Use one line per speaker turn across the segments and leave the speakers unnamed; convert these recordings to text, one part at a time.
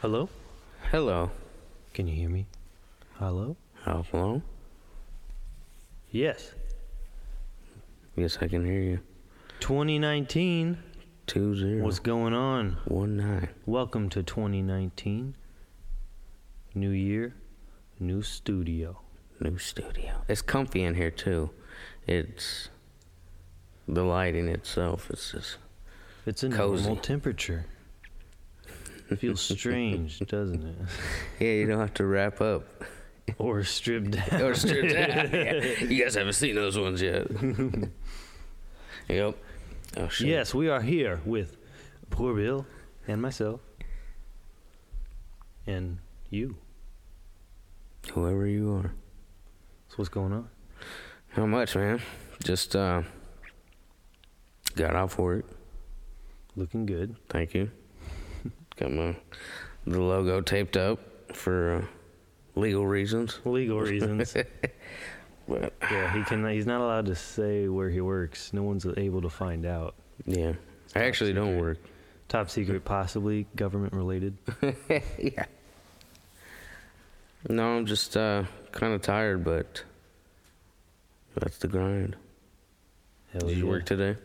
Hello?
Hello.
Can you hear me? Hello?
Hello?
Yes.
Yes, I can hear you.
2019.
Two zero
What's going on?
one nine.
Welcome to 2019. New year, new studio.
New studio. It's comfy in here too. It's the lighting itself. It's just
It's a normal
Cozy.
temperature. It feels strange, doesn't it?
yeah. You don't have to wrap up
Or stripped down.
or strip down. Yeah. You guys haven't seen those ones yet. yep. Oh shit.
Yes, we are here with Poor Bill and myself and you.
Whoever you are.
So what's going on?
How much, man? Just uh, got off work.
Looking good.
Thank you. Got my the logo taped up for uh, legal reasons.
Legal reasons.
But
yeah, he can. He's not allowed to say where he works. No one's able to find out.
yeah, I actually don't work.
Top secret, possibly government related.
yeah. No, I'm just uh, kind of tired, but that's the grind.
Hell
Did you
yeah.
work today?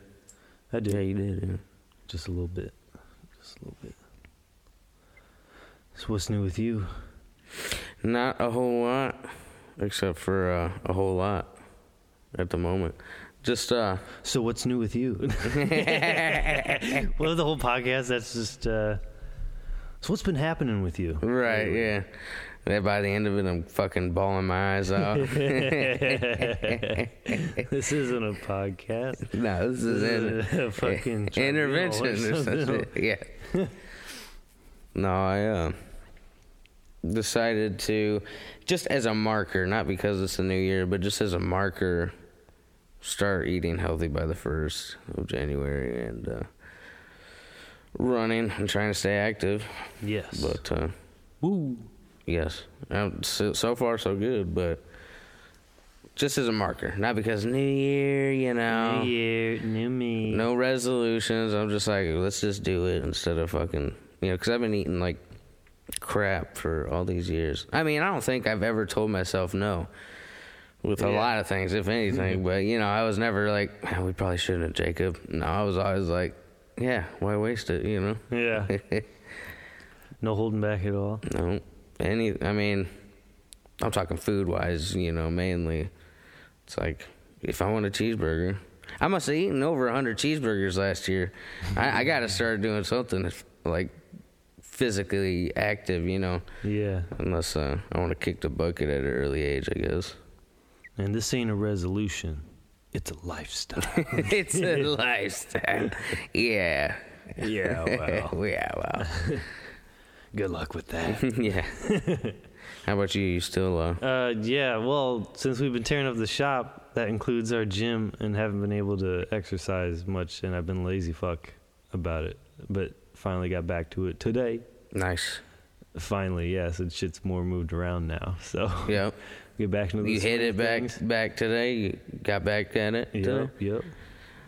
I
Yeah,
do.
you did.
Just a little bit. Just a little bit. So what's new with you?
Yeah. Not a whole lot, except for uh, a whole lot at the moment. Just uh,
So what's new with you? well, the whole podcast. That's just. uh So what's been happening with you?
Right, yeah. Then by the end of it, I'm fucking bawling my eyes out.
This isn't a podcast.
no, this is
This is
in,
a fucking
eh, intervention
tribunal or
or some
something.
shit, Yeah. no, I uh, decided to just as a marker, not because it's a new year, but just as a marker, start eating healthy by the first of January and uh, running and trying to stay active.
Yes.
But uh,
Woo.
Yes. Um, so, so far, so good, but just as a marker, not because New Year, you know,
New year, new me.
Um, no resolutions. I'm just like, let's just do it instead of fucking, you know, because I've been eating like crap for all these years. I mean, I don't think I've ever told myself no with a
Yeah. Mm-hmm.
lot of things, if anything, but you know, I was never like, "Ah, we probably shouldn't, Jacob. No, I was always like, yeah, why waste it, you know?
Yeah. no holding back at all.
No, any. I mean, I'm talking food wise. You know, mainly. It's like if I want a cheeseburger, I must have eaten over hundred cheeseburgers last year. I, I got to start doing something that's, like physically active. You know,
Yeah.
unless uh, I want to kick the bucket at an early age, I guess.
And this ain't a resolution. It's a lifestyle.
it's a lifestyle. Yeah.
yeah, well.
yeah. Wow.
Good luck with that.
yeah. How about you? You still uh,
Uh, yeah, well, since we've been tearing up the shop, that includes our gym and haven't been able to exercise much and I've been lazy fuck about it. But finally got back to it today.
nice?
Finally, yes, and shit's more moved around now. So
Yep.
get back into the
You hit
swing
it
of
back
things.
back today. You got back at it. today?
Yep, yep.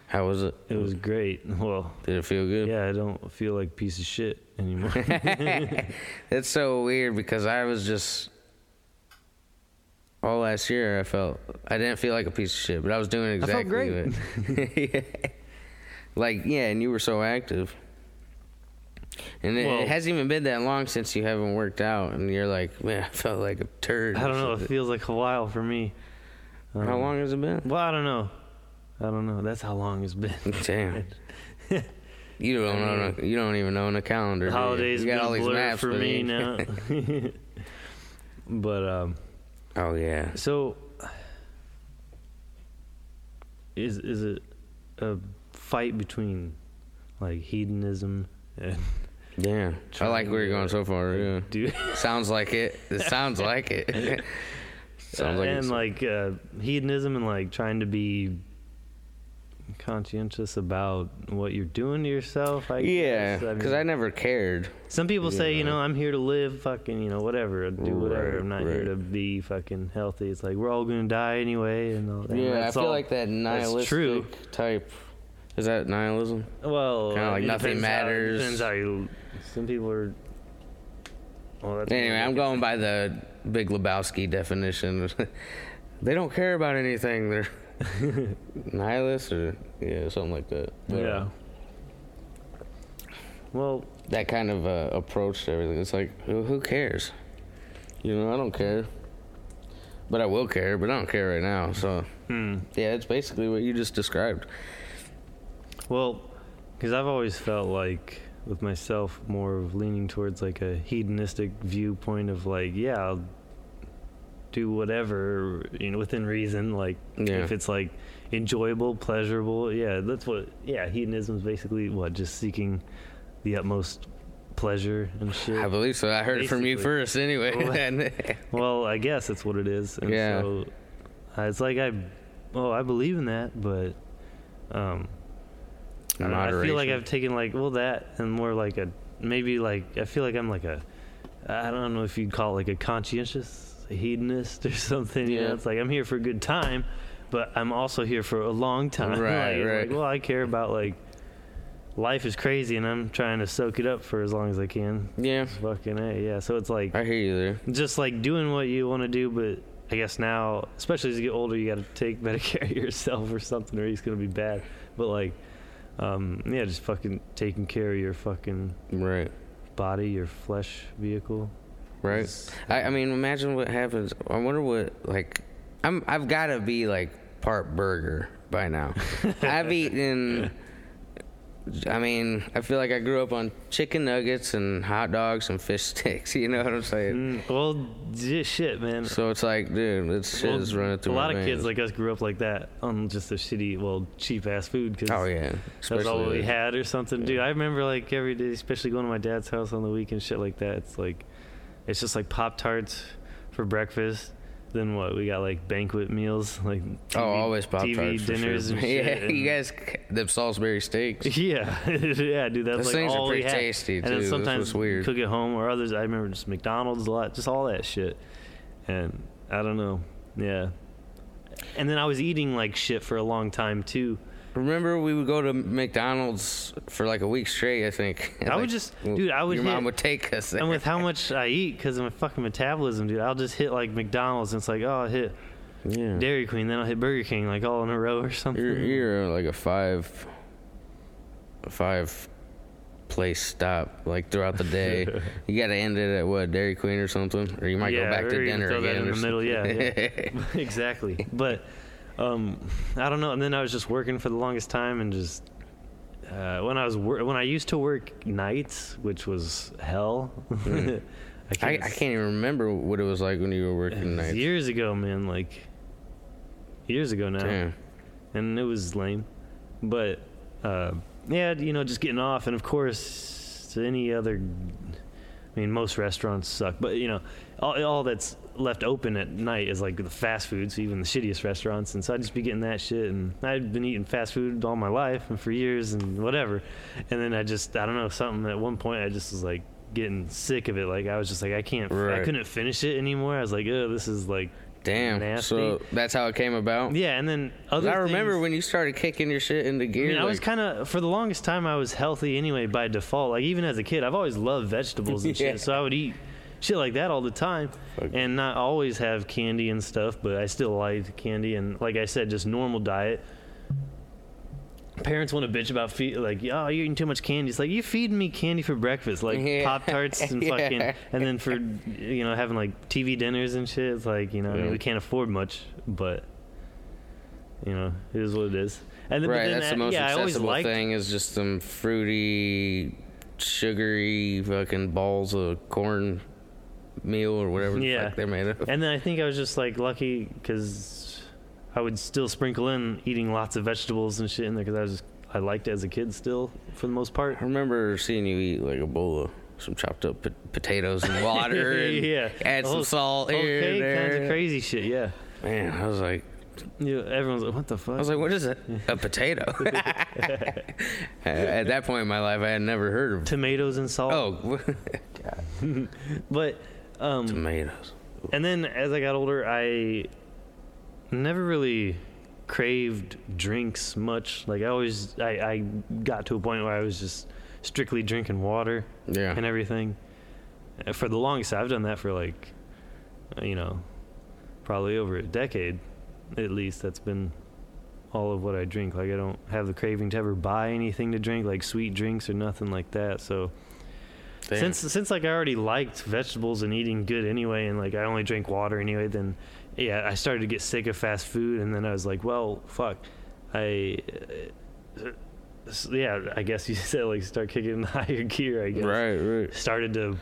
How was it?
It was great. Well,
Did it feel good?
yeah, I don't feel like a piece of shit anymore.
It's so weird because I was just all last year. I felt I didn't feel like a piece of shit, but I was doing
I felt
exactly what- like yeah, and you were so active. And it,
Well-
it hasn't even been that long since you haven't worked out, and you're like, man, I felt like a turd.
I
or
don't know. It
something."
feels like a while for me. Um,
How long has it been?
Well, I don't know. I don't know. That's how long it's been.
Damn. You don't know. You don't even own a calendar.
The
do you?
holidays
you got
been
all
a
these
blur
maps
for
but
me
you-
now. but um,
Oh yeah.
so is is it a fight between like hedonism and
Yeah. I like where you're going so far. Yeah.
dude?
Sounds like it. It sounds like it. sounds like
and
it's,
like uh, hedonism and like trying to be conscientious about what you're doing to yourself. I
yeah,
guess. I
because
mean-
I never cared.
Some people say, you
Yeah.
know, I'm here to live, fucking, you know, whatever, do whatever.
Right,
I'm not here
right.
to be fucking healthy. It's like we're all gonna die anyway, and all that.
yeah, I
That's
feel
all-
like that nihilistic
true.
type. Is that nihilism?
Well,
Kinda like
it
nothing
depends how- it
matters.
depends how you. Some people are Well, that's
Anyway, I'm going by the Big Lebowski definition. they don't care about anything. They're nihilists or yeah, something like that. But
yeah. Well,
That kind of uh, approach to everything. It's like who, who cares? You know, I don't care. But I will care, but I don't care right now. So
hmm.
yeah, it's basically what you just described.
Well, because I've always felt like with myself more of leaning towards like a hedonistic viewpoint of like, yeah, I'll do whatever you know within reason. Like
Yeah.
if it's like enjoyable, pleasurable, yeah, that's what. Yeah, hedonism is basically what just seeking the utmost pleasure and shit.
I believe so. I heard it from you
Basically.
first, anyway.
Well,
And-
Well, I guess that's what it is. And
Yeah.
So uh, it's like I, oh, I believe in that, but um, I, don't know, I feel like
Moderation.
I've taken like well that and more like a maybe like I feel like I'm like a I don't know if you'd call it like a conscientious hedonist or something. Yeah.
Yeah.
it's like I'm here for a good time, but I'm also here for a long time.
Right,
like,
right.
Like, well, I care about like life is crazy and I'm trying to soak it up for as long as I can.
yeah,
Fucking a yeah. So it's like
I hear you there.
just like doing what you want to do, but I guess now, especially as you get older, you got to take better care of yourself or something, or it's gonna be bad. But like, um, yeah, just fucking taking care of your fucking
Right,
body, your flesh vehicle.
right.
is-
I, I mean, imagine what happens. I wonder what like I'm. I've got to be like part burger by now. I've eaten. I mean, I feel like I grew up on chicken nuggets and hot dogs and fish sticks. You know what I'm saying?
Mm, well, j- shit, man.
So it's like, dude, this shit
Well,
is running through.
a
my
lot of kids
veins.
like us grew up like that on just the shitty, well, cheap ass food because
oh yeah,
that's all
Especially
we
the-
had or something, dude. I remember like every day, especially going to my dad's house on the weekend, shit like that. It's like, it's just like Pop Tarts for breakfast. Then what? We got like banquet meals, like
Oh,
TV
always pop tarts.
TV dinners and shit.
yeah,
and-
you guys, the Salisbury steaks.
yeah, yeah, dude. That's
Those
like
things are
all we
pretty
had.
tasty,
and
too.
then
That's
sometimes
what's weird.
cook at home or others. I remember just McDonald's a lot, just all that shit. And I don't know, yeah. And then I was eating like shit for a long time too.
Remember, we would go to McDonald's for like a week straight. I think.
I would
Like,
just-
w-
dude, I would
Your mom
hit-
would take us. There.
and with how much I eat, because of my fucking metabolism, dude, I'll just hit like McDonald's and it's like, oh, I hit
yeah.
Dairy Queen, then I'll hit Burger King, like all in a row or something.
Mm. You're, you're like a five, a five place stop like throughout the day. you got to end it at what Dairy Queen or something, or you might
Yeah,
go back
or
to
you can
dinner
throw that
again.
in
or
the middle, yeah,
something.
exactly. But um, I don't know. And then I was just working for the longest time, and just uh, when I was wor- when I used to work nights, which was hell. I
Mm. I, I can't even remember what it was like when you were
it
working
was
nights.
Years ago, man, like years ago now.
Damn.
and it was lame. But uh, yeah, you know, just getting off, and of course, any other. I mean, most restaurants suck, but you know, all, all that's left open at night is like the fast foods, even the shittiest restaurants. And so I'd just be getting that shit, and I'd been eating fast food all my life and for years and whatever. And then I just, I don't know, something at one point I just was like getting sick of it. Like I was just like, I can't, I
Right.
couldn't finish it anymore. I was like, oh, this is like,
Damn.
nasty.
So that's how it came about.
yeah. And then other
I remember
things-
when you started kicking your shit into
I
gear.
mean, I was
like-
kind of for the longest time I was healthy anyway by default. Like even as a kid, I've always loved vegetables and
Yeah.
shit, so I would eat shit like that all the time,
Fuck.
and not always have candy and stuff. But I still liked candy and, like I said, just normal diet. Parents want to bitch about feed like, oh, you're eating too much candy. It's like you feeding me candy for breakfast, like
Yeah.
pop tarts and
Yeah.
fucking, and then for you know having like TV dinners and shit. It's like you know I mean,
Yeah.
we can't afford much, but you know it is what it is. And then, but
right,
then
that's
that-
the most
yeah, I always
accessible
liked
thing is just some fruity, sugary fucking balls of corn meal or whatever the
Yeah.
fuck they're made of.
and then I think I was just like lucky because I would still sprinkle in eating lots of vegetables and shit in there because I was just, I liked it as a kid still for the most part.
I remember seeing you eat like a bowl of some chopped up po- potatoes and water and
yeah,
add
The
some
whole-
salt
whole
here
cake,
and
kinds
there.
of crazy shit. Yeah,
Man, I was like,
you know, everyone's like, what the fuck?
I was like, what is it? A potato? At that point in my life, I had never heard of.
tomatoes and salt.
Oh,
but um,
tomatoes.
And then as I got older, I never really craved drinks much. Like I always, I, I got to a point where I was just strictly drinking water
Yeah.
and everything. for the longest I've done that for like uh, you know probably over a decade at least that's been all of what I drink like I don't have the craving to ever buy anything to drink like sweet drinks or nothing like that so
Damn.
since since like I already liked vegetables and eating good anyway and like I only drink water anyway then yeah I started to get sick of fast food and then I was like well fuck I uh, s- yeah I guess you said like start kicking in higher gear I guess
right, right.
started to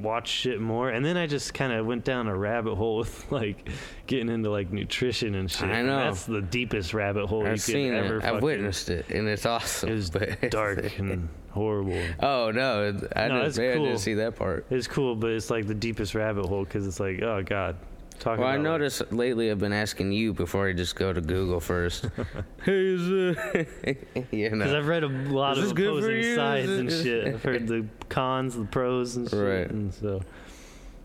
watch shit more and then i just kind of went down a rabbit hole with like getting into like nutrition and shit
I
And
know.
that's the deepest rabbit hole you
I've
could
seen
ever
it. I've
fucking-
witnessed it, and it's awesome.
it was
but-
dark and horrible
oh no, it- I
No,
didn't.
it's
man, I
cool.
didn't see that part.
it's cool but it's like the deepest rabbit hole because it's like oh god talking
Well, I
about, like-
noticed lately I've been asking you before I just go to Google first. hey, is uh, you know,
Because I've read a lot of
Is this good for
opposing
you? Is
sides
it-
and
is-
shit. I've heard the cons, the pros, and shit.
Right.
And so,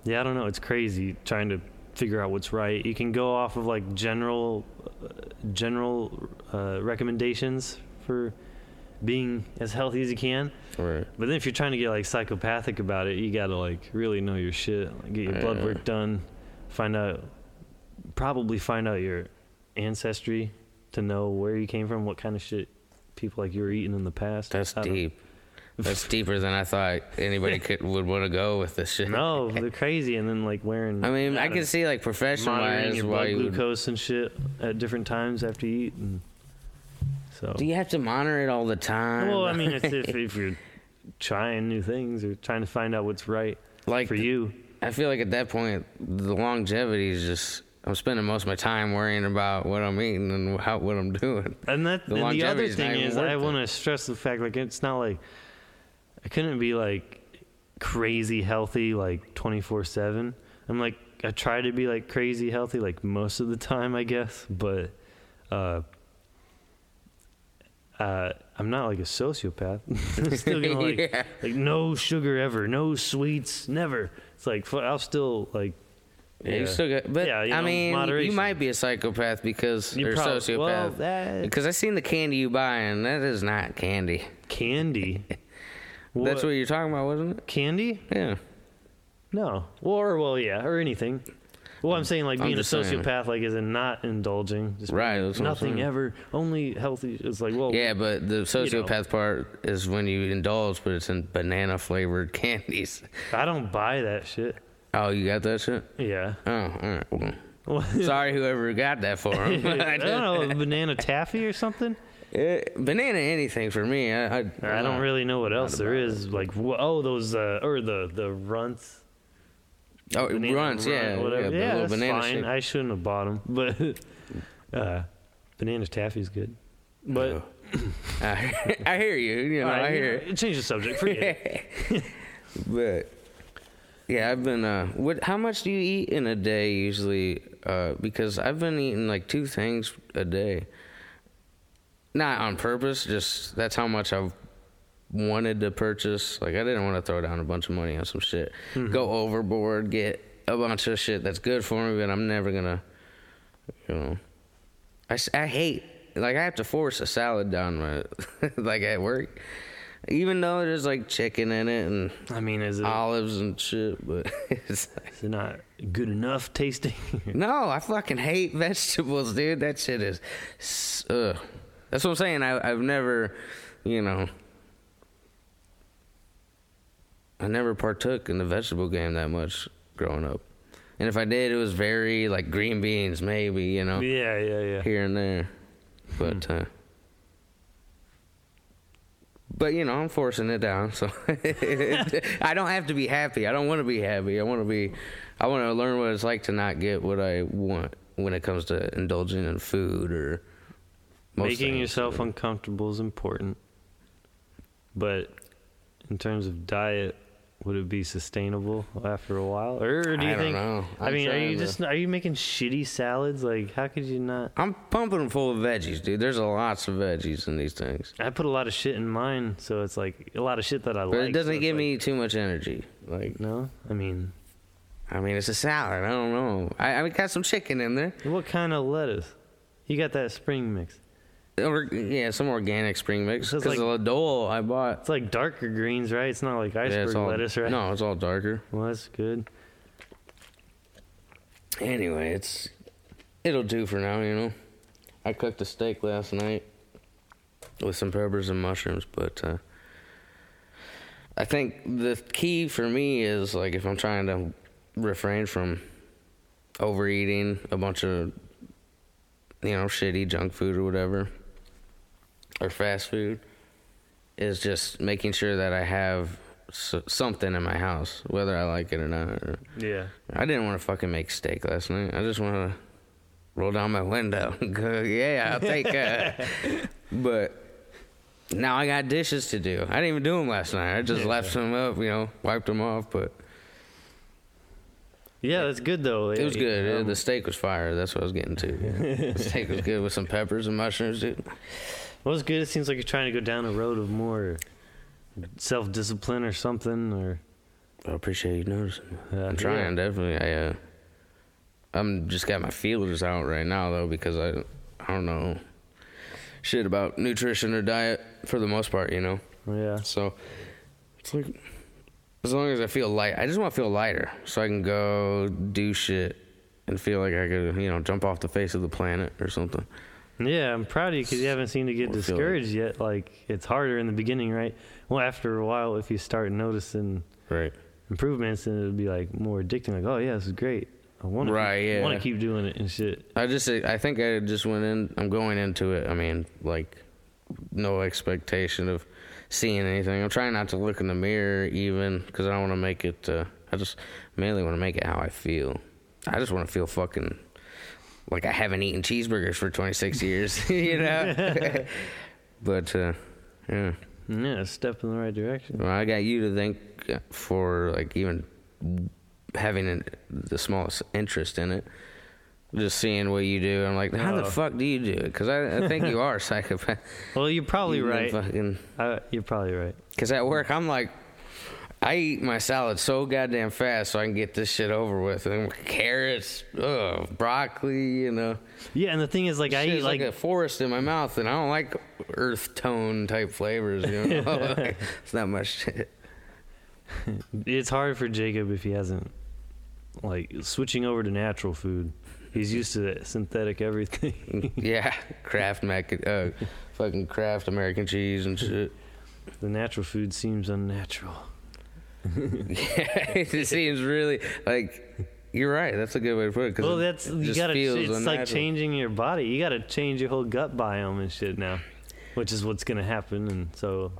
yeah, I don't know. It's crazy trying to figure out what's right. You can go off of like general, uh, general uh, recommendations for being as healthy as you can.
right.
But then if you're trying to get like psychopathic about it, you gotta like really know your shit. Like, get your blood
Yeah.
work done. Find out, probably find out your ancestry to know where you came from, what kind of shit people like you were eating in the past.
That's
I don't-
deep. That's deeper than I thought anybody could would want to go with this shit.
No, they're crazy. And then like wearing.
I mean, I
don't
can see like
know,
professional
monitoring
wise
your
why
blood
you would,
glucose and shit at different times after you eat. And so.
do. You have to monitor it all the time.
well, I mean, it's if, if you're trying new things or trying to find out what's right
like
for you.
I feel like at that point, the longevity is just. I'm spending most of my time worrying about what I'm eating and how, what I'm doing.
And that
The
and the other
longevity's not
thing
even
is,
worth
I
it.
want to stress the fact like it's not like I couldn't be like crazy healthy like twenty four seven. I'm like I try to be like crazy healthy like most of the time, I guess, but uh, uh, I'm not like a sociopath. I'm still gonna like
Yeah.
like no sugar ever, no sweets never. It's like fu- I'll still like
Yeah, you still got, but
Yeah, you
I
know,
mean, you
moderation.
might be a psychopath because
You
you're
prob-
sociopath.
well, that-
because I seen the candy you buy, and that is not candy.
candy.
That's what you're talking about, wasn't it?
candy.
Yeah.
No. Or well, yeah, or anything. Well, I'm saying like
I'm
being a
just saying.
sociopath, like is in not indulging, just
Right,
being
that's what I'm
nothing
saying.
ever, only healthy. It's like well,
Yeah, but the sociopath part is when you indulge, but it's in banana flavored candies.
I don't buy that shit.
Oh, you got that shit?
Yeah.
Oh, all right. Well,
Well,
sorry, whoever got that for him.
I don't know, banana taffy or something.
Eh, banana anything for me. I, uh, I,
I don't really know what else there is. Like wh- oh, those uh, or the the runts.
Oh, it
banana
runs,
runt,
yeah,
whatever.
but a
Yeah,
little
that's
banana
fine.
shape.
I shouldn't have bought them, but uh, banana taffy's good. But
Oh. I, I hear you. You know,
All right,
I
you
hear.
know, change the subject. Forget it.
But yeah, I've been. Uh, what? How much do you eat in a day usually? Uh, because I've been eating like two things a day. Not on purpose. Just that's how much I've wanted to purchase. Like I didn't want to throw down a bunch of money on some shit. Go overboard. Get a bunch of shit that's good for me, but I'm never gonna. You know, I, s- I hate like I have to force a salad down my like at work, even though there's like chicken in it and
I mean, is it
olives and shit, but it's like,
Is it not good enough tasting?
no, I fucking hate vegetables, dude. That shit is, s- ugh. That's what I'm saying. I, I've never, you know, I never partook in the vegetable game that much growing up, and if I did, it was very like green beans, maybe you know,
yeah, yeah, yeah.
here and there,
Hmm.
but. uh but you know, I'm forcing it down, so I don't have to be happy. I don't want to be happy. I want to be. I want to learn what it's like to not get what I want when it comes to indulging in food or most
Making
things.
yourself uncomfortable is important. But in terms of diet, would it be sustainable after a while? Or do you
I don't
think
know.
I
I'm
mean, are
trying
you
to-
just are you making shitty salads? Like how could you not
I'm pumping them full of veggies, dude. There's a lots of veggies in these things,
I put a lot of shit in mine, so it's like a lot of shit that I
but
like.
it
so
doesn't
it's
give
like-
me too much energy. Like,
No? I mean
I mean, it's a salad. I don't know. I, I got some chicken in there.
what kind of lettuce? You got that spring mix.
or, yeah, some organic spring mix.
So it's
Because the
like-
Ladole I bought.
It's like darker greens, right? It's not like
Yeah,
iceberg
it's all,
lettuce, right?
No, it's all darker.
Well, that's good.
Anyway, it's it'll do for now, you know. I cooked a steak last night with some peppers and mushrooms, but uh I think the key for me is like if I'm trying to refrain from overeating a bunch of you know, shitty junk food or whatever or fast food is just making sure that I have s- something in my house whether I like it or not. Or,
Yeah.
I didn't want to fucking make steak last night. I just want to roll down my window. and go, yeah, I'll take that. but now I got dishes to do. I didn't even do them last night. I just left some up, you know, wiped them off. But
Yeah, that's good though.
it was
Yeah,
good.
um,
the steak was fire. That's what I was getting to. the steak was good with some peppers and mushrooms, dude.
Well, it's good. It seems like you're trying to go down a road of more self discipline or something. Or
I appreciate you noticing.
Yeah,
I'm
yeah.
trying definitely. I uh, I'm just got my feelers out right now though because I I don't know shit about nutrition or diet for the most part, you know.
yeah,
So it's like as long as I feel light, I just want to feel lighter so I can go do shit and feel like I could, you know, jump off the face of the planet or something.
yeah. I'm proud of you because you haven't seemed to get
I feel like-
discouraged yet. Like it's harder in the beginning, right? Well, after a while, if you start noticing
Right.
improvements, then it'll be like more addicting. Like, oh yeah, this is great. I want to.
Right, yeah.
Want to keep doing it and shit.
I just I think I just went in I'm going into it. I mean, like no expectation of seeing anything. I'm trying not to look in the mirror even cuz I don't want to make it uh, I just mainly want to make it how I feel. I just want to feel fucking like I haven't eaten cheeseburgers for 26 years, you know. but uh yeah.
Yeah, step in the right direction.
Well, I got you to thank for like even having an, the smallest interest in it. Just seeing what you do, I'm like, how the
Oh.
fuck do you do it? Because I, I think you are a psychopath.
Well, you're probably
You
right.
Fucking.
Uh, you're probably right.
Because at work, I'm like, I eat my salad so goddamn fast so I can get this shit over with. And carrots, ugh, broccoli, you know.
Yeah, and the thing is, like, I
Shit
eat
is like,
like,
a forest in my mouth, and I don't like earth tone type flavors. You know, it's not my shit.
it's hard for Jacob if he hasn't like switching over to natural food. He's used to that synthetic everything,
yeah, Kraft mac, uh, fucking Kraft American cheese and shit.
the natural food seems unnatural.
Yeah, it seems really like you're right. That's a good way to put it. 'cause
Well,
it-
that's
it
you
just
gotta. It's
feels
like
unnatural.
changing your body. You gotta change your whole gut biome and shit now, which is what's gonna happen. And so,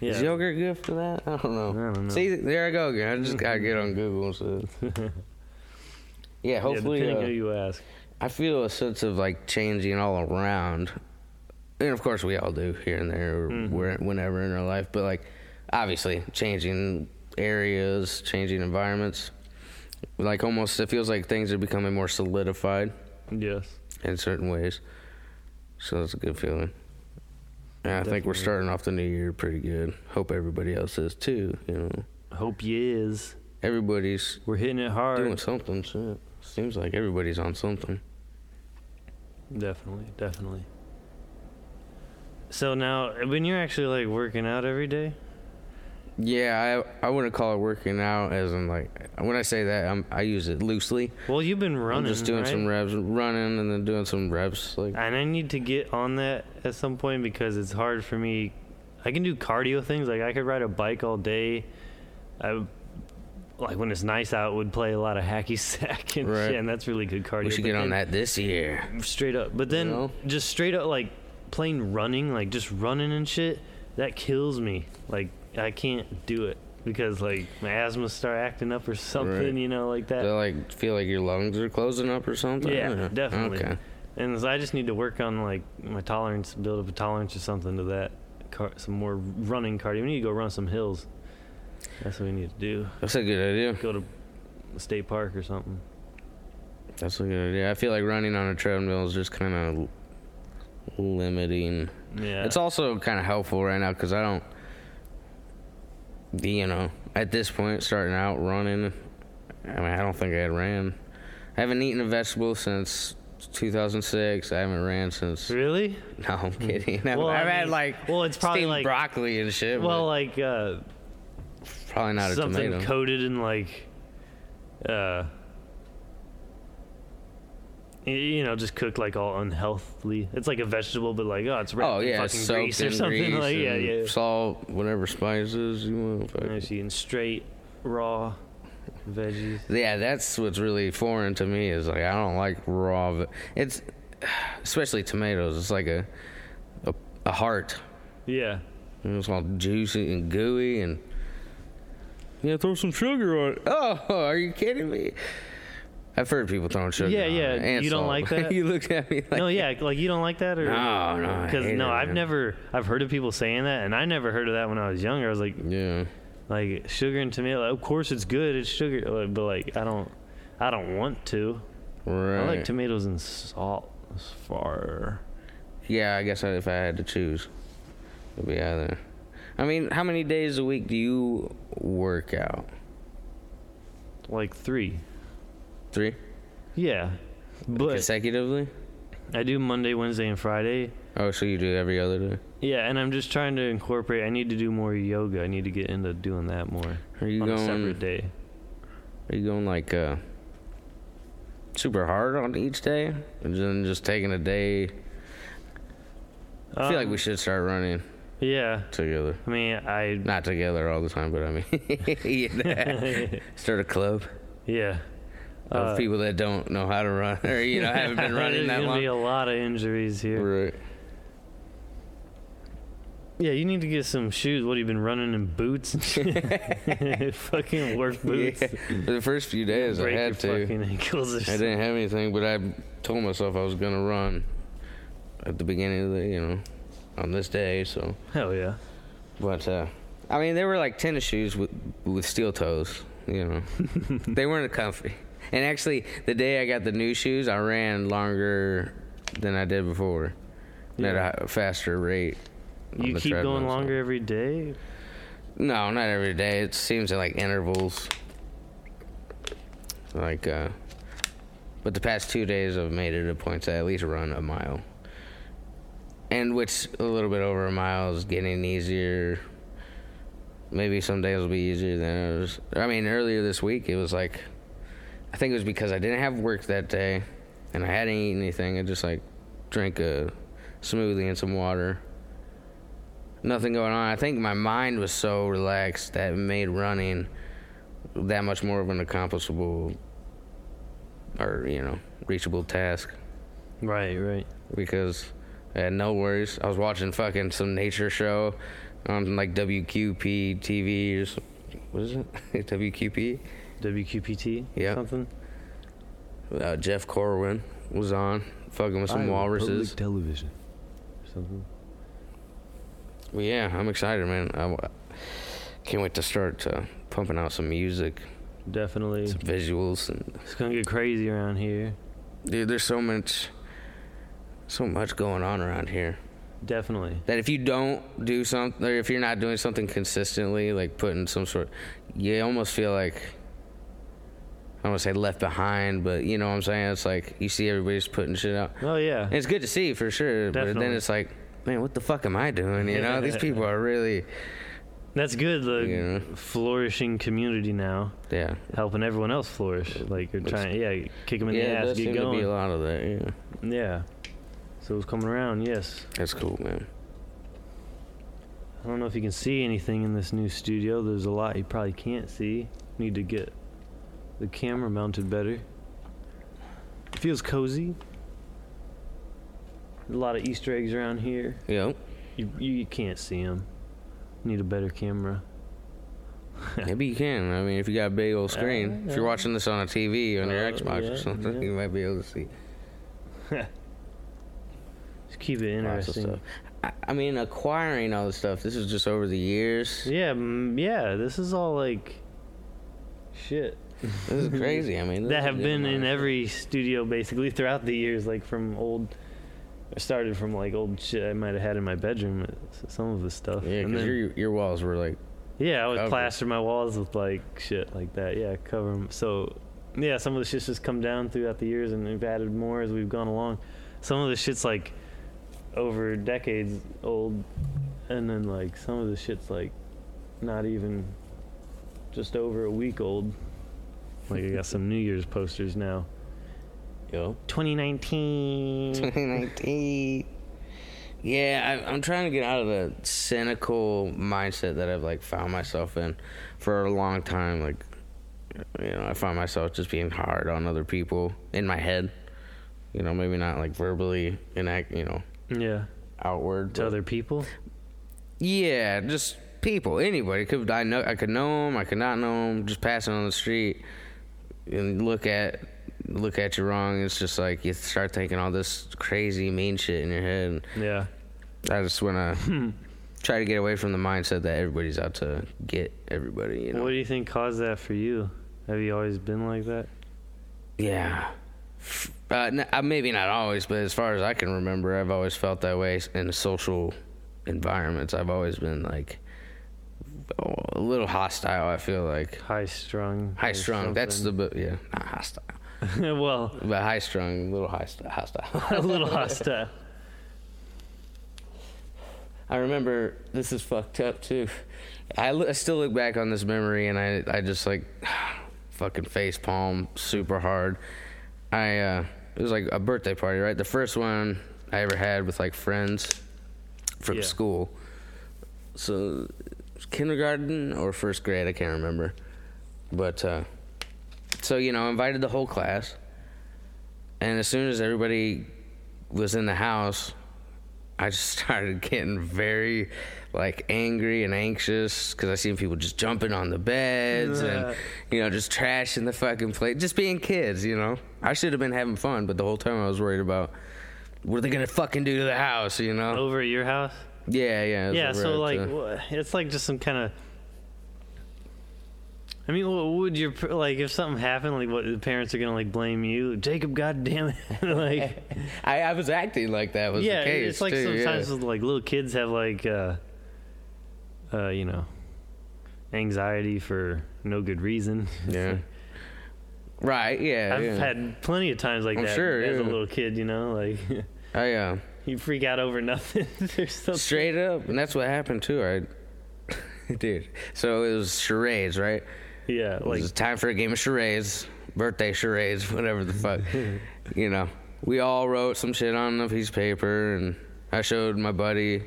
Is
yeah,
yogurt good for that? I don't know.
I don't know.
See, there I go again. I just gotta get on Google and stuff. Yeah,
yeah
hopefully.
depending
uh,
who you ask.
I feel a sense of like changing all around, and of course we all do here and there, or where, whenever in our life. But like, obviously, changing areas, changing environments, like almost it feels like things are becoming more solidified
Yes.
in certain ways. So that's a good feeling. And I think we're
Definitely.
starting off the new year pretty good. Hope everybody else is too. You know,
Hope you is.
everybody's
We're hitting it hard.
doing something. So seems like everybody's on something.
Definitely, definitely. So now, when you're actually like working out every day,
Yeah, I I wouldn't call it working out as in like when I say that I'm, I use it loosely.
well, you've been running.
I'm just doing
Mm-hmm. right?
some reps, running, and then doing some reps. Like
And I need to get on that at some point because it's hard for me. I can do cardio things like I could ride a bike all day. I like when it's nice out would play a lot of hacky sack and
Right.
shit, and that's really good cardio.
we should
But
get on
then-
that this year.
straight up. But then
know?
just straight up like plain running, like just running and shit, that kills me. Like I can't do it because like my asthma start acting up or something,
Right.
you know, like that.
Do I like feel like your lungs are closing up or something?
Yeah,
Uh,
definitely.
Okay.
And so I just need to work on like my tolerance, build up a tolerance or something to that. Car- some more running cardio. We need to go run some hills. That's what we need to do.
That's a good idea.
Go to a state park or something.
That's a good idea. I feel like running on a treadmill is just kind of limiting.
Yeah.
It's also kind of helpful right now because I don't, you know, at this point, starting out running, I mean, I don't think I had ran. I haven't eaten a vegetable since 2006. I haven't ran since.
Really?
No, I'm kidding. I've,
Hmm. Well, I
I've had
mean,
like
well, it's probably
steamed
like-
broccoli and shit.
Well,
Well,
like uh,
probably not a
something
tomato.
coated in like, uh, y- you know, just cooked like all unhealthily. It's like a vegetable, but like oh, it's wrapped
oh
in
yeah,
fucking
it's soaked
grease or
in
something
grease
like yeah,
and
yeah.
salt, whatever spices you want. fuck.
And it's eating straight raw veggies.
Yeah, that's what's really foreign to me is like I don't like raw. Ve- it's especially tomatoes. It's like a a, a heart.
Yeah.
You know, It's all juicy and gooey and yeah, throw some sugar on it. Oh, are you kidding me? I've heard people throwing sugar.
Yeah,
on
yeah.
it and
You don't
salt.
like that?
you looked at me like
No, yeah, like you don't like that, or
No, no, I
because
hate
no,
it,
I've
man.
never, I've heard of people saying that, and I never heard of that when I was younger. I was like,
yeah.
like sugar and tomato, of course it's good, it's sugar, like, but like I don't, I don't want to.
Right.
I like tomatoes and salt as far.
yeah, I guess if I had to choose, it'd be either. I mean, how many days a week do you work out?
Like three,
Three
yeah, but
consecutively.
I do Monday, Wednesday, and Friday.
Oh, so you do every other day?
Yeah, and I'm just trying to incorporate. I need to do more yoga. I need to get into doing that more
Are you
on
going?
a separate day.
Are you going like uh, super hard on each day, and then just taking a day? I feel like
Um,
we should start running
Yeah,
together.
I mean, I
Not together all the time, but I mean, you know, start a club
yeah.
of
Uh,
Oh, people that don't know how to run or you know haven't been running
There's
that
gonna be
long.
a lot of injuries here.
Right.
Yeah, you need to get some shoes. What have you been running in boots? and shit? fucking work boots.
Yeah. For the first few days, I
Break
had
your
to.
fucking ankles or
I
something.
didn't have anything, but I told myself I was gonna run at the beginning of the you know on this day, so.
Hell yeah.
But uh, I mean, they were like tennis shoes with with steel toes. You know, they weren't comfy. And actually, the day I got the new shoes, I ran longer than I did before, and at a h- faster rate. on
You
the
keep
treadmill,
going
so-
longer every day.
No, not every day. It seems like intervals. Like, uh, but the past two days I've made it a point to at least run a mile. And which a little bit over a mile is getting easier. Maybe some days will be easier than others. I mean, earlier this week it was like, I think it was because I didn't have work that day, and I hadn't eaten anything. I just like drank a smoothie and some water. Nothing going on. I think my mind was so relaxed that it made running that much more of an accomplishable or you know reachable task
Right, right.
because I had no worries. I was watching fucking some nature show on like WQP TV or some, what is it? WQP.
WQPT.
Yeah.
Something.
Uh, Jeff Corwin was on fucking with some walruses.
television. Something.
Well, yeah, I'm excited, man. I w- can't wait to start uh, pumping out some music,
Definitely.
some visuals, and
It's gonna get crazy around here.
dude, there's so much, so much going on around here.
Definitely.
that if you don't do something or if you're not doing something consistently like putting some sort you almost feel like i don't want to say left behind but you know what i'm saying it's like you see everybody's putting shit out
Oh yeah.
and it's good to see for sure but then
Definitely.
it's like man what the fuck am i doing you know these people are really
That's good. The
Yeah.
flourishing community now,
yeah
helping everyone else flourish. Like you're
That's-
trying. Yeah. Kick them in
yeah
the
there
ass. Get
seems to
going.
be a lot of that yeah
Yeah. So it was coming around, yes.
that's cool man
I don't know if you can see anything in this new studio. There's a lot you probably can't see. Need to get the camera mounted better. It feels cozy. A lot of Easter eggs around here.
yep
You, you can't see them. Need a better camera.
maybe you can i mean if you got a big old screen if you're watching this on a tv on your
Uh,
xbox
yeah,
or something
yeah.
you might be able to see
Just keep it
lots of
interesting.
stuff. I, I mean, acquiring all this stuff. This is just over the years.
Yeah, mm, yeah. This is all like shit
This is crazy. I mean, this
that
is
have
a good
been
amount
in
of
every studio basically throughout the years, like from old. I started from like old shit I might have had in my bedroom, uh, s- some of the stuff.
stuff. Yeah,
And
because
then-
your your walls were like
yeah, I would
covered.
plaster my walls with like shit like that. Yeah, cover them. So yeah, some of the shit's just come down throughout the years, and we've added more as we've gone along. Some of the shit's like over decades old, and then like some of the shit's like not even just over a week old. Like I got some New Year's posters now.
Yo.
2019.
2019. Yeah, I, I'm trying to get out of the cynical mindset that I've like found myself in for a long time. Like, you know, I find myself just being hard on other people in my head. You know, maybe not like verbally and act, you know,
yeah,
outward.
to
but-
other people.
Yeah, just people, anybody. Could I know? I could know them. I could not know them. Just passing on the street and look at look at you wrong. It's just like you start thinking all this crazy mean shit in your head. And
Yeah,
I just want to try to get away from the mindset that everybody's out to get everybody. You know?
What do you think caused that for you? Have you always been like that?
Yeah. F- Uh, n- uh, maybe not always, but as far as I can remember, I've always felt that way s- in social environments. I've always been like oh, a little hostile. I feel like
High strung.
high strung. That's the bu- yeah, not hostile,
well,
but high strung, a little high st- hostile.
a little hostile.
I remember this is fucked up too. I, l- I still look back on this memory and I I just like fucking face palm super hard. I uh it was like a birthday party, right? The first one I ever had with like friends from
Yeah.
school. So kindergarten or first grade, I can't remember. But uh so you know, I invited the whole class. And as soon as everybody was in the house, I just started getting very like angry and anxious because I seen people just jumping on the beds and you know just trashing the fucking place, just being kids. You know, I should have been having fun, but the whole time I was worried about what are they gonna fucking do to the house. You know?
Over at your house?
Yeah, yeah. it
Oh.
was
Yeah, so
right,
like,
uh,
wha- it's like just some kind of. I mean, what would your pr- like if something happened? Like, what the parents are gonna like blame you, Jacob? God damn it! like,
I, I was acting like that was
yeah,
the case.
it's like
too, yeah.
sometimes with, like little kids have like, uh, uh, you know, anxiety for no good reason. It's
Yeah.
like-
Right. Yeah.
I've
yeah.
had plenty of times like
I'm
that
sure,
as a
yeah.
little kid. You know, like
I uh,
you freak out over nothing or something.
Straight up, and that's what happened too. I, dude. So it was charades, right?
Yeah,
It
like
was time for a game of charades, birthday charades, whatever the fuck. you know, we all wrote some shit on a piece of paper, and I showed my buddy,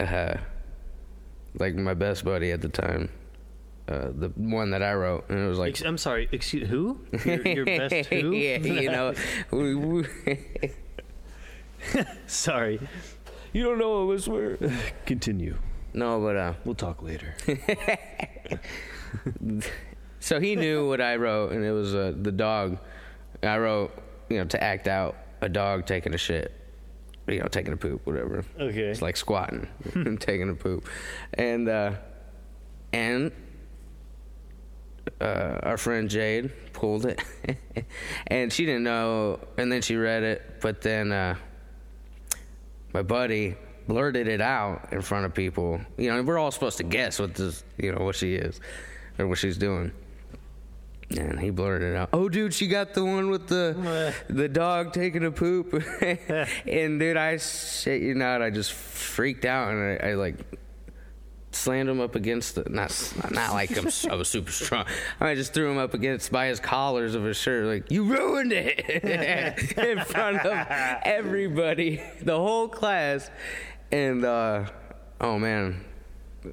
uh, like my best buddy at the time, uh, the one that I wrote, and it was like
Ex- I'm sorry. Excuse who? Your, your best who?
yeah, you know, we, we,
sorry.
you don't know what was where.
Continue.
No, but uh.
We'll talk later.
So he knew what I wrote, and it was uh, the dog. I wrote, you know, to act out a dog taking a shit, you know, taking a poop, whatever.
Okay.
It's like squatting and taking a poop, and uh, and uh, our friend Jade pulled it, and she didn't know, and then she read it, but then uh, my buddy blurted it out in front of people. You know, and we're all supposed to guess what this, you know, what she is or what she's doing. And he blurted it out. Oh, dude, she got the one with the the dog taking a poop. and dude, I shit you not, I just freaked out and I, I like slammed him up against the not not like I'm, I was super strong. I just threw him up against by his collars of his shirt, like you ruined it in front of everybody, the whole class, and uh, oh man.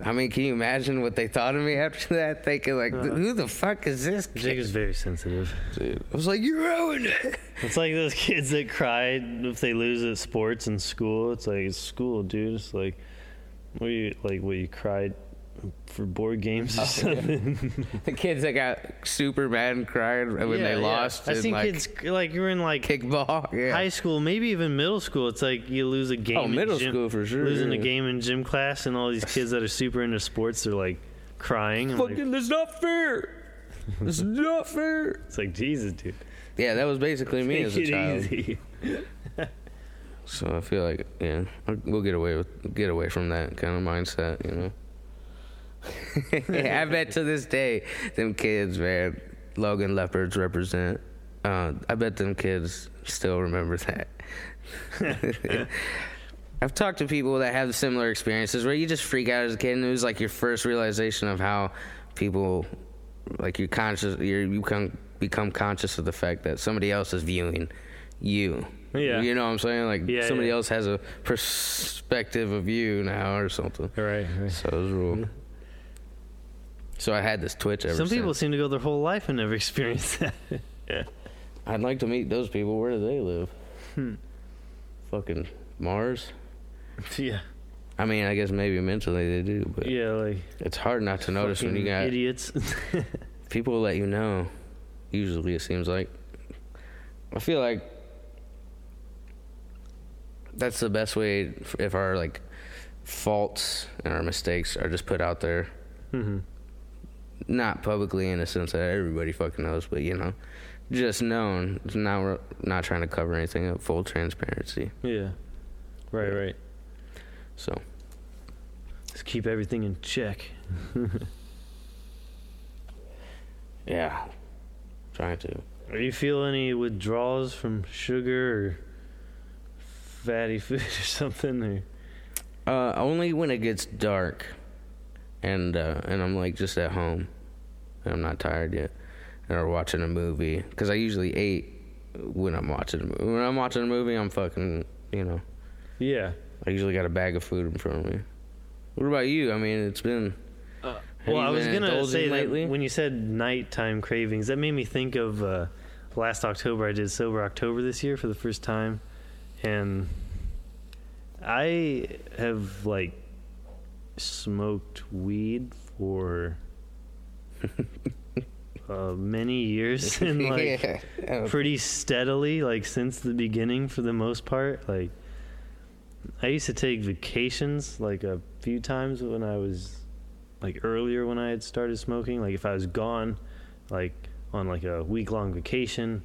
I mean, can you imagine what they thought of me after that? Thinking like, "Who the fuck is this kid?"
Jacob's very sensitive.
Dude, I was like, "You ruined it."
It's like those kids that cry if they lose at sports in school. It's like it's school, dude. It's like, what you like? What you cried for board games
Oh,
or something?
The kids that got super mad and cried when
Yeah,
they
yeah.
lost.
I've
in,
seen
like,
kids like you're in like
kickball. Yeah.
high school, maybe even middle school. It's like you lose a game.
Oh,
in
middle
gym-
school for sure,
Losing a
yeah.
game in gym class, and all these kids that are super into sports, they're like crying. I'm like-
Fucking, that's not fair. That's not fair.
it's like Jesus, dude.
Yeah, that was basically me as a
Take
child.
it easy.
So I feel like, yeah, we'll get away with get away from that kind of mindset, you know. I bet to this day, them kids, man, Logan Leopards represent. Uh, I bet them kids still remember that. I've talked to people that have similar experiences where you just freak out as a kid, and it was like your first realization of how people, like you're conscious, you're, you become become conscious of the fact that somebody else is viewing you.
Yeah.
you know what I'm saying? Like
Yeah,
somebody
yeah.
else has a perspective of you now or something.
Right. right.
So it was real. So I had this twitch ever
Some people
since.
seem to go their whole life and never experience that.
I'd like to meet those people. Where do they live?
Hmm.
Fucking Mars.
yeah.
I mean, I guess maybe mentally they do, but
Yeah, like
it's hard not to notice when you
fucking
got
idiots.
people let you know. Usually, it seems like. I feel like that's the best way f- if our like faults and our mistakes are just put out there,
Mhm.
not publicly in a sense that everybody fucking knows, but you know, just known. It's Not we're not trying to cover anything up. Full transparency.
Yeah. Right, right.
So
Just keep everything in check.
yeah, trying to.
Are you feel any withdrawals from sugar or fatty food or something? Or
Uh, only when it gets dark, and uh, and I'm like just at home, and I'm not tired yet, and or watching a movie because I usually ate when I'm watching a movie. When I'm watching a movie, I'm fucking you know
yeah.
I usually got a bag of food in front of me. What about you? I mean, it's been
Uh,
Have
well,
you
I was
been
gonna
indulging
say
lately?
that when you said nighttime cravings, that made me think of uh, last October. I did sober October this year for the first time, and I have like smoked weed for uh, many years and like
Yeah.
pretty steadily, like since the beginning for the most part. Like I used to take vacations like a few times when I was like earlier when I had started smoking. Like if I was gone, like on like a week long vacation,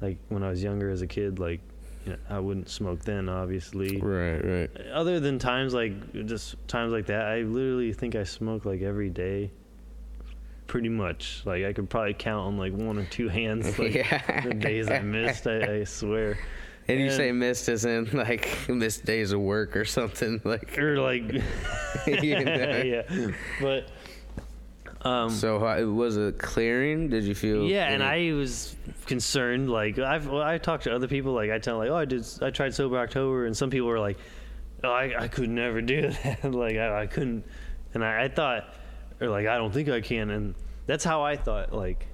like when I was younger as a kid, like you know, I wouldn't smoke then, obviously.
right, right.
Other than times like just times like that, I literally think I smoke like every day. Pretty much, like I could probably count on like one or two hands. Like, the
yeah.
days I missed, I, I swear.
And you
and-
say missed as in like missed days of work or something like.
Or like,
you know?
yeah, but um,
So how- was it clearing? Did you feel?
yeah, and
any-
I was concerned. Like I've well, I talked to other people. Like I tell like, oh, I did, I tried sober October, and some people were like, oh, I, I could never do that. like I, I couldn't, and I, I thought, or like I don't think I can, and that's how I thought. Like.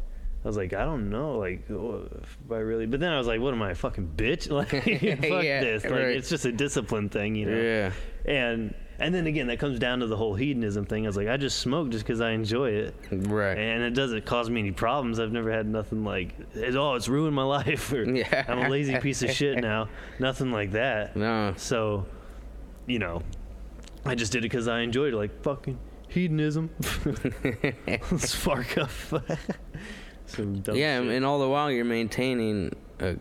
I was like, I don't know, like, oh, if I really. But then I was like, what am I, a fucking bitch? Like, fuck
Yeah,
this. Like,
right.
it's just a discipline thing, you know.
Yeah.
and and then again that comes down to the whole hedonism thing i was like i just smoke just because i enjoy it
Right.
and it doesn't cause me any problems i've never had nothing like it, oh it's ruined my life or
Yeah.
i'm a lazy piece of shit now nothing like that
no.
so you know i just did it because i enjoyed it like fucking hedonism let's spark up some dumb
Yeah,
shit.
and all the while you're maintaining, a,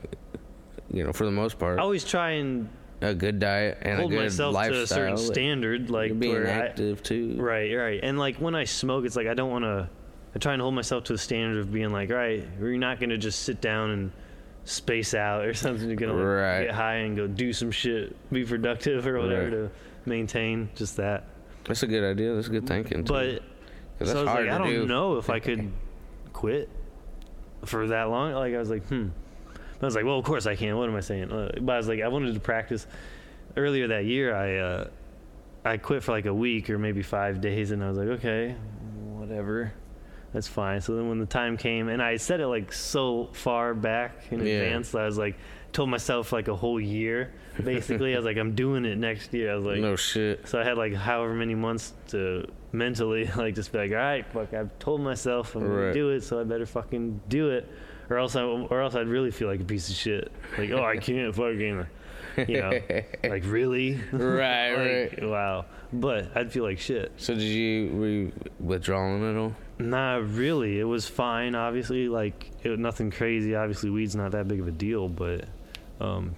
you know, for the most part,
i always try and
a good diet and
hold
a good
myself
lifestyle.
to a certain
like,
standard like
being
where I,
active too.
Right, right. And like when I smoke, it's like I don't want to. I try and hold myself to the standard of being like, all right, we're not going to just sit down and space out or something. You're going
Right.
to get high and go do some shit, be productive or whatever
Right.
to maintain just that.
That's a good idea. That's good thinking. too.
But
'Cause
so I was
hard
like, I
to
don't
do.
know if I could quit for that long. Like I was like, hmm. I was like, well, of course I can. What am I saying? Uh, But I was like, I wanted to practice. Earlier that year, I uh, I quit for like a week or maybe five days, and I was like, okay, whatever, that's fine. So then when the time came, and I said it like so far back in
Yeah.
advance that I was like, told myself like a whole year. Basically, I was like, I'm doing it next year. I was like,
no shit.
so I had like however many months to mentally like just be like, all right, fuck, I've told myself I'm
Right.
gonna do it, so I better fucking do it, or else I, or else I'd really feel like a piece of shit. Like, oh, I can't fucking, you know, like really,
Right,
Like,
right.
wow. But I'd feel like shit.
So did you were you withdrawing at all?
Nah, really, it was fine. Obviously, like it, nothing crazy. Obviously, weed's not that big of a deal, but um,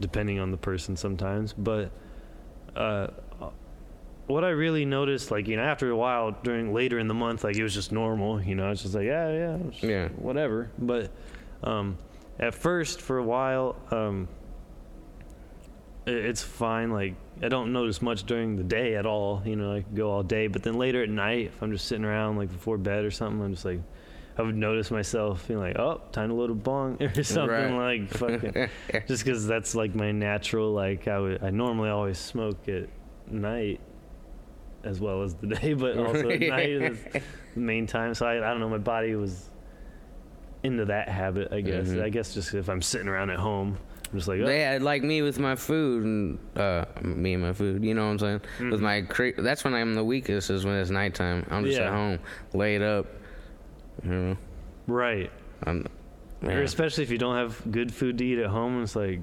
depending on the person sometimes. But uh, what I really noticed, like you know, after a while during later in the month, like it was just normal. You know, it's just like yeah, yeah, it's
Yeah.
whatever. But um, at first, for a while, um, i- it's fine. Like I don't notice much during the day at all. You know, I could go all day, but then later at night, if I'm just sitting around like before bed or something, I'm just like. I would notice myself being like, "Oh, time to load a bong" or something
Right.
like fucking, just because that's like my natural. Like I would, I normally always smoke at night, as well as the day, but also at night is the main time. So I, I don't know. My body was into that habit, I guess.
Mhm.
I guess just if I'm sitting around at home, I'm just like, oh,
They had like me with my food and uh, me and my food. You know what I'm saying?
Mm-hmm.
With my cra- that's when I'm the weakest is when it's nighttime. I'm just
Yeah.
at home, laid up. You know,
right.
I'm.
Or
Yeah.
especially if you don't have good food to eat at home, it's like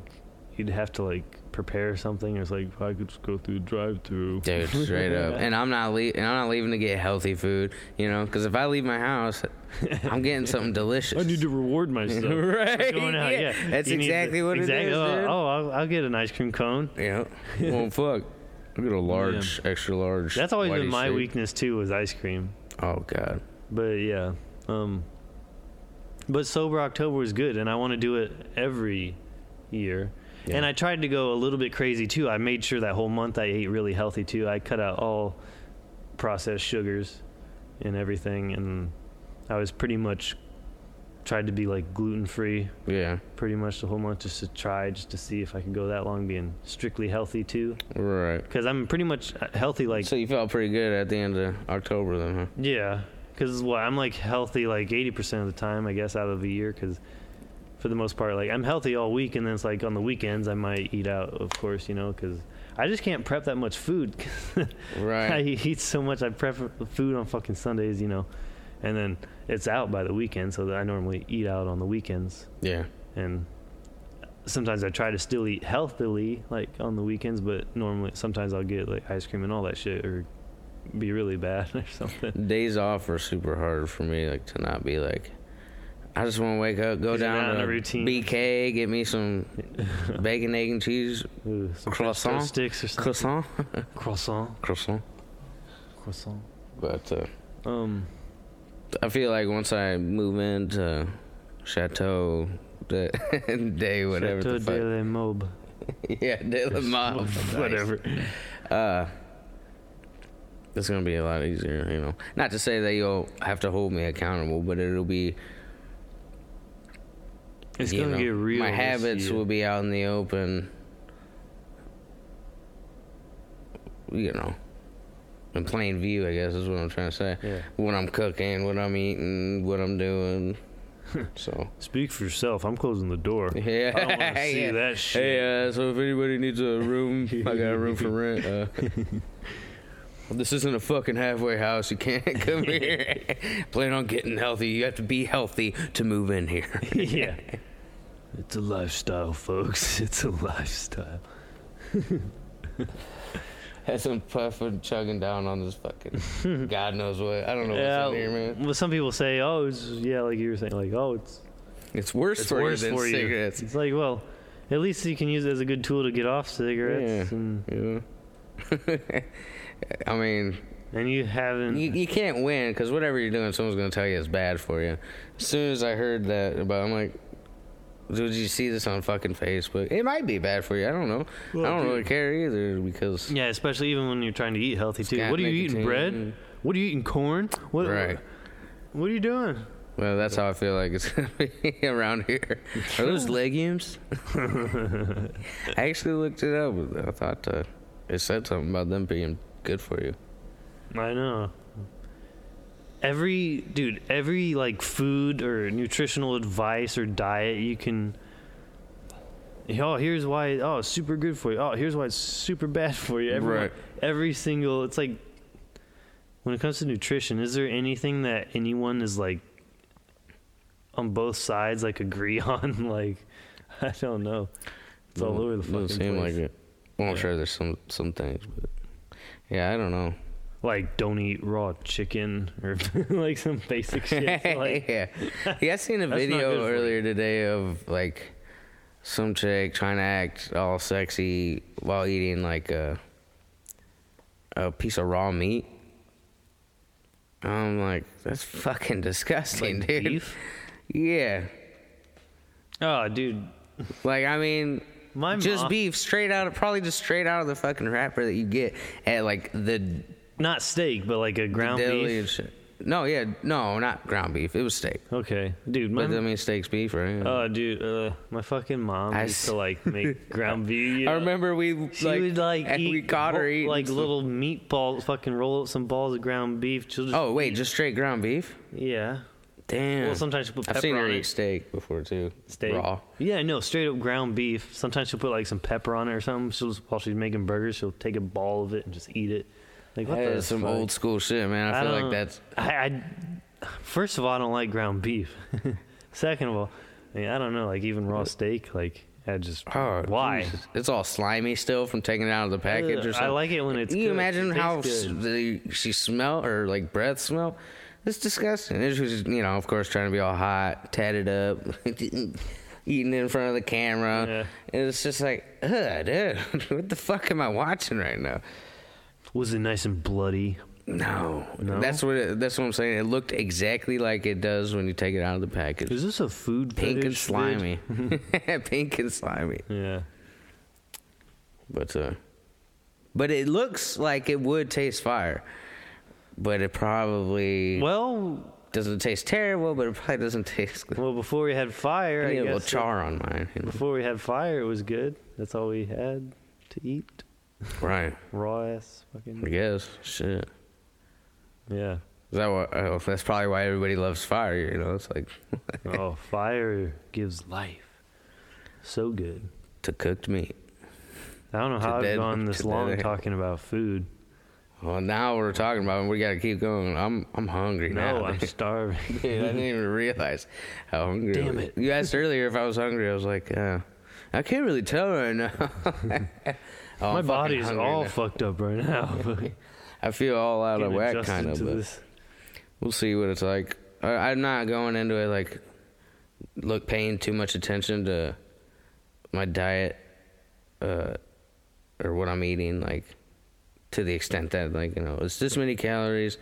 you'd have to like prepare something. It's like if I could just go through the drive-through.
Dude, straight up, and I'm not le- and I'm not leaving to get healthy food, you know, because if I leave my house, I'm getting something delicious.
I need to reward myself. for
Right,
Going out.
yeah.
Yeah.
That's
You need to-
exactly what it is,
Oh,
dude.
oh, I'll, I'll get an ice cream cone.
Yeah. Well, fuck. I get a large, extra large.
That's always been
whitey
my
steak.
weakness too, was ice cream.
Oh god.
But yeah, um, but sober October was good, and I want to do it every year.
Yeah.
And I tried to go a little bit crazy too. I made sure that whole month I ate really healthy too. I cut out all processed sugars and everything, and I was pretty much tried to be like gluten free
Yeah.
pretty much the whole month just to try just to see if I could go that long being strictly healthy too.
Right.
Because I'm pretty much uh, healthy like
So you felt pretty good at the end of October then, huh?
Yeah, because what I'm like healthy like eighty percent of the time, I guess, out of the year. Because for the most part, like I'm healthy all week, and then it's like on the weekends I might eat out, of course, you know, because I just can't prep that much food. 'cause
Right.
I eat so much. I prep food on fucking Sundays, you know, and then it's out by the weekend, so that I normally eat out on the weekends,
Yeah.
and sometimes I try to still eat healthily like on the weekends, but normally sometimes I'll get like ice cream and all that shit or be really bad or something.
Days off are super hard for me, like to not be like I just wanna wake up, go
'Cause you're not
down
on
to
a routine.
BK, get me some bacon, egg and cheese
Ooh, some
Croissant?
croissant sticks or something.
croissant.
Croissant.
croissant.
Croissant.
But uh
Um.
I feel like once I move into Chateau de, Day, whatever
Chateau
the fuck.
de la Mobe.
Yeah, De La Motte.
Whatever.
Uh, it's gonna be a lot easier, you know. Not to say that you'll have to hold me accountable, but it'll be.
It's
you
gonna
know,
get real.
My
this
habits
year.
will be out in the open. You know, in plain view, I guess is what I'm trying to say.
Yeah.
What I'm cooking, what I'm eating, what I'm doing. so.
Speak for yourself. I'm closing the door.
Yeah,
I wanna see
yeah.
that shit.
Hey, uh, so if anybody needs a room, I got a room for rent. Uh, this isn't a fucking halfway house. You can't come here. Plan on getting healthy. You have to be healthy to move in here.
yeah. It's a lifestyle, folks. It's a lifestyle.
As I'm puffing, chugging down on this fucking God knows what. I don't know what's in here, man.
Well, some people say, oh, it's, yeah, like you were saying, like, oh, it's
It's worse
it's
for
worse
you than
for you.
cigarettes.
It's like, well, at least you can use it as a good tool to get off cigarettes,
Yeah.
and,
You know? I mean,
and you haven't.
You, you can't win because whatever you're doing, someone's gonna tell you it's bad for you. As soon as I heard that about, I'm like, dude, you see this on fucking Facebook? It might be bad for you. I don't know. I
Well,
don't
dude.
really care either because
Yeah, especially even when you're trying to eat healthy too.
got
What are you eating?
nicotine.
Bread? What are you eating? Corn? What,
right.
What, are you doing?
Well, that's how I feel like it's gonna be around here. Are those legumes? I actually looked it up. I thought uh, it said something about them being good for you.
I know. Every dude, every like food or nutritional advice or diet you can. Oh, here's why. Oh, it's super good for you. Oh, here's why it's super bad for you. Every,
Right.
Every single. It's like when it comes to nutrition, is there anything that anyone is like on both sides like agree on? Like, I don't know. It's all
Doesn't-
over the
doesn't
fucking
seem
place.
like it. Well, I'm
Yeah.
sure there's some some things, but yeah, I don't know.
like don't eat raw chicken or like some basic shit. So, like,
yeah. yeah, I seen a
That's not good
video
for you.
earlier today of like some chick trying to act all sexy while eating like a a piece of raw meat. I'm like, that's fucking disgusting,
Like
dude.
beef?
Yeah.
Oh, dude.
Like I mean,
My
just
mom-
beef straight out of probably just straight out of the fucking wrapper that you get at like the
Not steak, but like a ground
deli
beef.
and shit. No, yeah, no, not ground beef. It was steak.
Okay, dude. My
But I mean, steak's beef, right?
Oh, dude, uh, my fucking mom
I
used
s-
to like make ground beef. you
I
know?
remember we
she
like,
would like
and
eat
we caught her
whole-
eating
like
some-
little meatballs, fucking roll up some balls of ground beef. She'll just,
Oh wait, just straight ground beef?
yeah,
Damn.
Well, sometimes you put
I've seen
pepper
her
on
eat
it.
steak before too.
steak.
Raw.
Yeah, no, straight up ground beef. Sometimes she'll put like some pepper on it or something. She'll just, while she's making burgers, she'll take a ball of it and just eat it. Like what
That
the
is some
fuck?
old school shit, man. I, feel
don't-
like that's
I, I- First of all, I don't like ground beef. Second of all, I, mean, I don't know, like even raw steak, like I just
oh,
why.
Jesus. It's all slimy still from taking it out of the package
Ugh,
or
I
something.
like it when it's
Can you
good.
imagine
It
how
tastes
s-
good.
the, she smell or like breath smell? It's disgusting. It's just you know, of course, trying to be all hot, tatted up, eating in front of the camera.
Yeah.
And it's just like, ugh, dude, what the fuck am I watching right now?
Was it nice and bloody?
No,
No?
that's what it, that's what I'm saying. It looked exactly like it does when you take it out of the package.
Is this a food
Pink and
fetish, dude?
slimy, pink and slimy.
Yeah.
But uh, but it looks like it would taste fire, but it probably
Well,
doesn't taste terrible. But it probably doesn't taste good.
well, before we had fire,
I
I
need a little
guess
char on mine. you know.
before we had fire, it was good. That's all we had to eat.
Right,
Raw ass
I
fucking
guess. Shit.
yeah.
Is that what? Oh, that's probably why everybody loves fire. You know, it's like
Oh, fire gives life. So good.
to cooked meat.
I don't know
To
how I've
dead-
gone
to
this
dead
long
animal.
talking about food.
Well, now we're talking about. it, We gotta keep going. I'm I'm hungry
No,
now.
I'm starving.
Dude, I didn't even realize how hungry. I
Damn
was.
it.
You asked earlier if I was hungry. I was like, uh, I can't really tell right now. Oh, I'm
My
fucking
body's
hungry
all
now.
fucked up right now. but
I feel all out of
getting
whack,
adjusted
kind of.
to
But
this.
we'll see what it's like. I, I'm not going into it like look paying too much attention to my diet uh, or what I'm eating, like to the extent that like you know it's this many calories.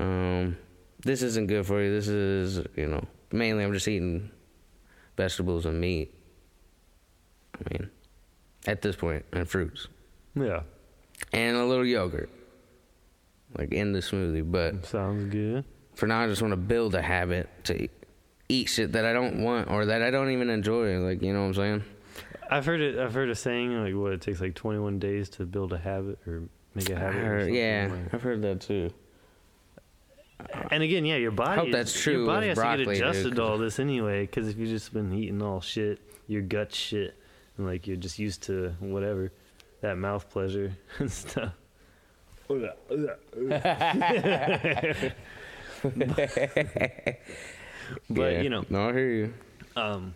Um, this isn't good for you. This is you know mainly I'm just eating vegetables and meat. I mean, at this point, and fruits
Yeah,
and a little yogurt, like in the smoothie, but.
sounds good.
For now, I just want to build a habit to e-, eat shit that I don't want or that I don't even enjoy. Like, you know what I'm saying?
I've heard it. I've heard a saying like, "What it takes like 21 days to build a habit or make a habit." or
Or-
something
yeah,
like-
I've heard that too.
And again, yeah, your body.
hope that's true
Your body has
with
to
broccoli,
get
dude,
adjusted to
'cause-
all this anyway, because if you've just been eating all shit, your gut shit, and like you're just used to whatever, that mouth pleasure and stuff. But
Yeah.
you know,
no, I hear you.
Um,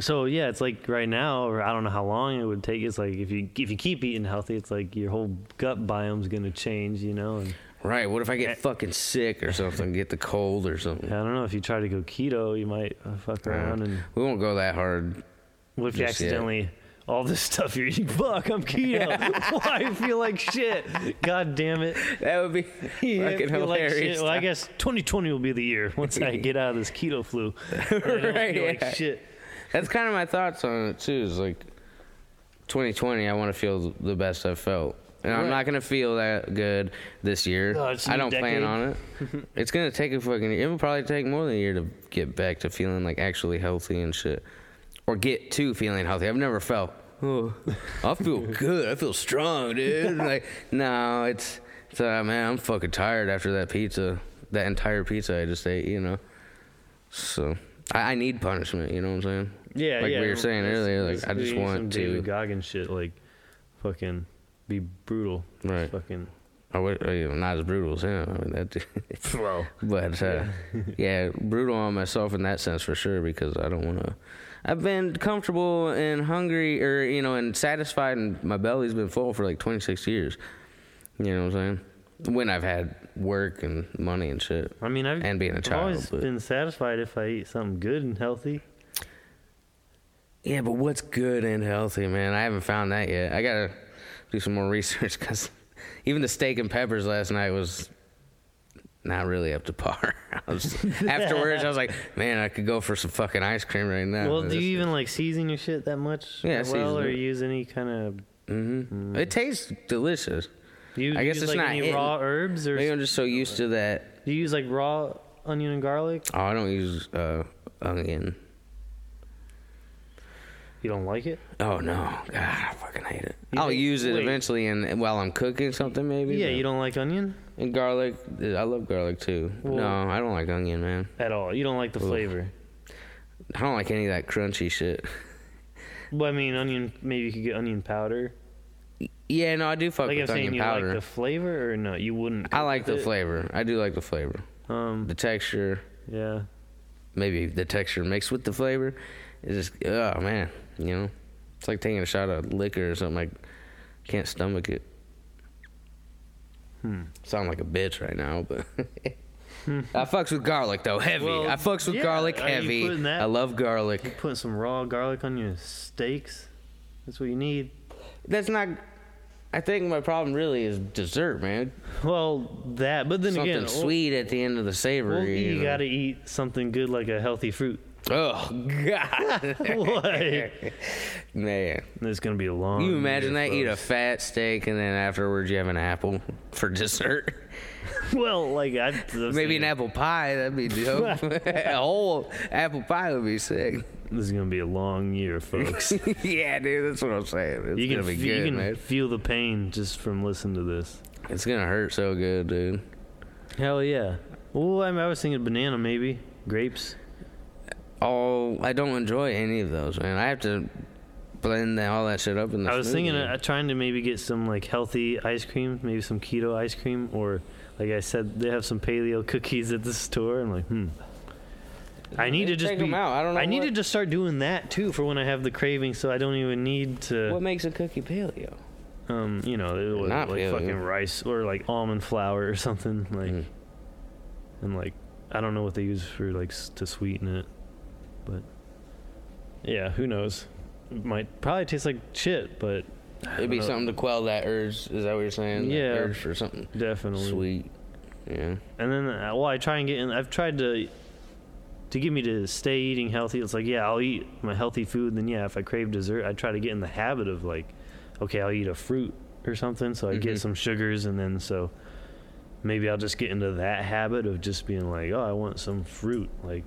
so yeah, it's like right now, or I don't know how long it would take. It's like if you if you keep eating healthy, it's like your whole gut biome's gonna change, you know. And
Right? What if I get fucking sick or something, get the cold or
I
something?
don't know if you try to go keto, you might uh, fuck around. And
we won't go that hard.
what if you
Just yet.
accidentally all this stuff you're eating? Fuck, I'm keto. Why I feel like shit? God damn it!
That would be
Yeah, I
fucking
feel like
hilarious.
shit. well, I guess 2020 will be the year once I get out of this keto flu. And I don't
Right,
feel like
yeah.
shit.
That's kind of my thoughts on it too. Is like 2020, I want to feel the best I've felt, and I'm
Right.
not gonna feel that good this year.
Oh, it's a
I
new
don't plan
decade.
on it. it's gonna take a fucking. It will probably take more than a year to get back to feeling like actually healthy and shit, or get to feeling healthy. I've never felt. Oh, I feel good. I feel strong, dude. Like no, it's it's uh, man. I'm fucking tired after that pizza. That entire pizza I just ate. You know. So I, I need punishment. You know what I'm saying?
Yeah,
Like
yeah,
we were saying
it's-
earlier,
it's
like I just
doing
want
some
to.
David Goggins shit, like fucking be brutal, Just
Right.
Fucking
I would, you know, Oh, not as brutal as him. I mean that. dude-
flow.
but uh, yeah, brutal on myself in that sense for sure because I don't want to. I've been comfortable and hungry, or you know, and satisfied, and my belly's been full for like 26 years. You know what I'm saying? When I've had work and money and shit.
I mean, I've
And being a
I've
child,
always
but-
been satisfied if I eat something good and healthy.
Yeah, but what's good and healthy, man? I haven't found that yet. I gotta do some more research because even the steak and peppers last night was not really up to par. I was, afterwards, I was like, man, I could go for some fucking ice cream right now.
Well, do
This-
you even like season your shit that much?
Yeah, I
or well,
season
or
it.
use any kind of?
Mhm. It tastes delicious.
Do you
I guess
use
it's
like
not
any
hitting.
raw herbs or
Maybe I'm just so used to that.
do you use like raw onion and garlic?
Oh, I don't use uh, onion.
You don't like it?
Oh no, God, I fucking hate it.
You
I'll
hate-
use it
wait.
eventually, and while I'm cooking something, maybe.
Yeah,
but-
you don't like onion
And garlic, I love garlic too.
Well-
no, I don't like onion, man.
at all. You don't like the flavor.
I don't like any of that crunchy shit.
Well, I mean, onion. Maybe you could get onion powder.
Yeah, no, I do fuck
Like I'm
with
saying,
Oh, onion
you
powder.
like the flavor or no? You wouldn't.
I
cook
like
with
the
it?
flavor. I do like the flavor.
Um.
The texture,
Yeah.
maybe the texture mixed with the flavor, is just oh man, you know, it's like taking a shot of liquor or something. I can't stomach it.
Hmm.
Sound like a bitch right now, but I fucks with garlic though heavy.
Well,
I fucks with
yeah,
garlic
are you
heavy.
putting that-
I love garlic.
Putting some raw garlic on your steaks. That's what you need.
That's not. I think my problem really is dessert, man.
Well, that. But then
Something
again, well-
sweet at the end of the savory.
Well, you,
you know.
gotta eat something good like a healthy fruit.
Oh God,
like,
man!
it's gonna be a long.
You imagine
year
that? Eat
for
a
us.
fat steak and then afterwards you have an apple for dessert.
well, like I
Maybe an apple pie. That'd be dope. a whole apple pie would be sick.
This is gonna be a long year, folks.
yeah, dude, that's what I'm saying. It's
you can
gonna be
fe- you
good,
can
man.
feel the pain just from listening to this.
It's gonna hurt so good, dude.
Hell yeah. Well, I, mean, I was thinking banana, maybe grapes.
Oh, I don't enjoy any of those, man. I have to blend that, all that shit up in the.
I was
smoothie.
thinking uh, trying to maybe get some like healthy ice cream, maybe some keto ice cream, or like I said, they have some paleo cookies at the store. I'm like, hmm. I need
They
to just
take
be,
'em out. I don't know
need
what-
to just start doing that too for when I have the craving, so I don't even need to.
What makes a cookie paleo?
um, you know, it was
Not
like
paleo.
fucking rice or like almond flour or something like,
Mm.
and like I don't know what they use for like s- to sweeten it, but yeah, who knows? It might probably taste like shit, but
It'd be
know.
something to quell that urge. Is that what you're saying? That
Yeah.
urge or something
definitely
sweet. Yeah.
And then, uh, well, I try and get in. I've tried to to get me to stay eating healthy. It's like, yeah, I'll eat my healthy food. Then, yeah, if I crave dessert, I try to get in the habit of like, okay, I'll eat a fruit or something. So I
Mhm.
get some sugars, and then so maybe I'll just get into that habit of just being like, oh, I want some fruit. Like,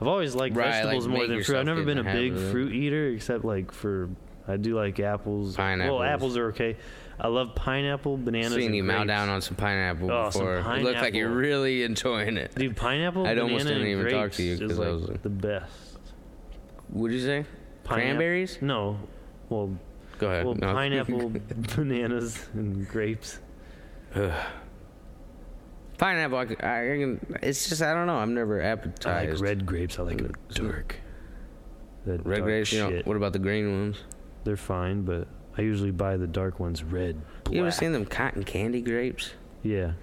I've always liked
Right, like,
vegetables more
make
than fruit. I've
yourself
never
get in
been a
the
big
habit of it.
fruit eater, except like for I do like apples.
Pineapples.
Well, apples are okay. I love pineapple, bananas.
Seen
and
you mow
grapes.
down on some pineapple
Oh, some
before. It looked like you're
pineapple.
really enjoying it.
Dude, pineapple,
I'd
banana,
almost
and
didn't even talk
grapes
to you
is,
'cause I
like
was like-
the best.
What'd you say?
Pineapp-
Cranberries?
No, well,
Go ahead.
well,
No.
pineapple, bananas, and grapes.
pineapple. I can, I can. It's just I don't know. I'm never
I
appetized.
like red grapes. I like them dark. The
Mm, Red
dark
grapes. You know,
shit.
what about the green ones?
They're fine, but I usually buy the dark ones. Red, black.
You ever seen them cotton candy grapes?
Yeah,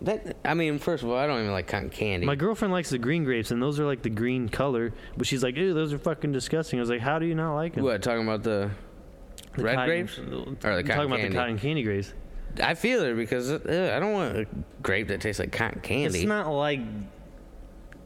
That I mean, first of all, I don't even like cotton candy.
my girlfriend likes the green grapes, and those are like the green color. But she's like, "Ew, those are fucking disgusting." I was like, "How do you not like them?"
what talking about the,
The
red
cotton-
grapes? Or the
I'm
cotton
talking about the
candy?
cotton candy grapes.
I feel it because uh, I don't want a grape that tastes like cotton candy.
It's not like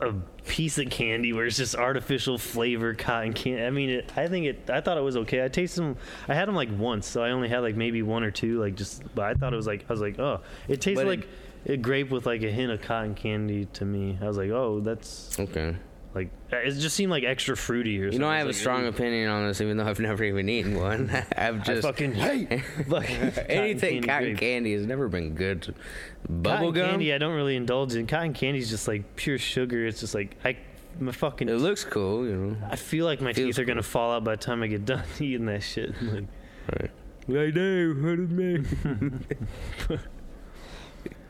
a piece of candy where it's just artificial flavor cotton candy. I mean, it, I think it. I thought it was okay. I tasted them. I had them like once, so I only had like maybe one or two. Like just, but I thought it was like I was like, oh, it tasted
But it-
like a grape with like a hint of cotton candy to me. I was like, oh, that's
okay.
like it just seemed like extra fruity or something.
You know, I have a
was like,
strong
"Ooh."
opinion on this, even though I've never even eaten one. I've
I
just
fucking hate fucking
anything cotton
cotton
candy,
grapes.
has never been good. to-
Cotton
Bubble gum.
candy, I don't really indulge in. Cotton candy's just like pure sugar. It's just like I, my fucking
It looks cool, you know.
I feel like my
Feels
teeth are gonna fall out by the time I get done eating that shit. Like,
Right.
I know, what is me?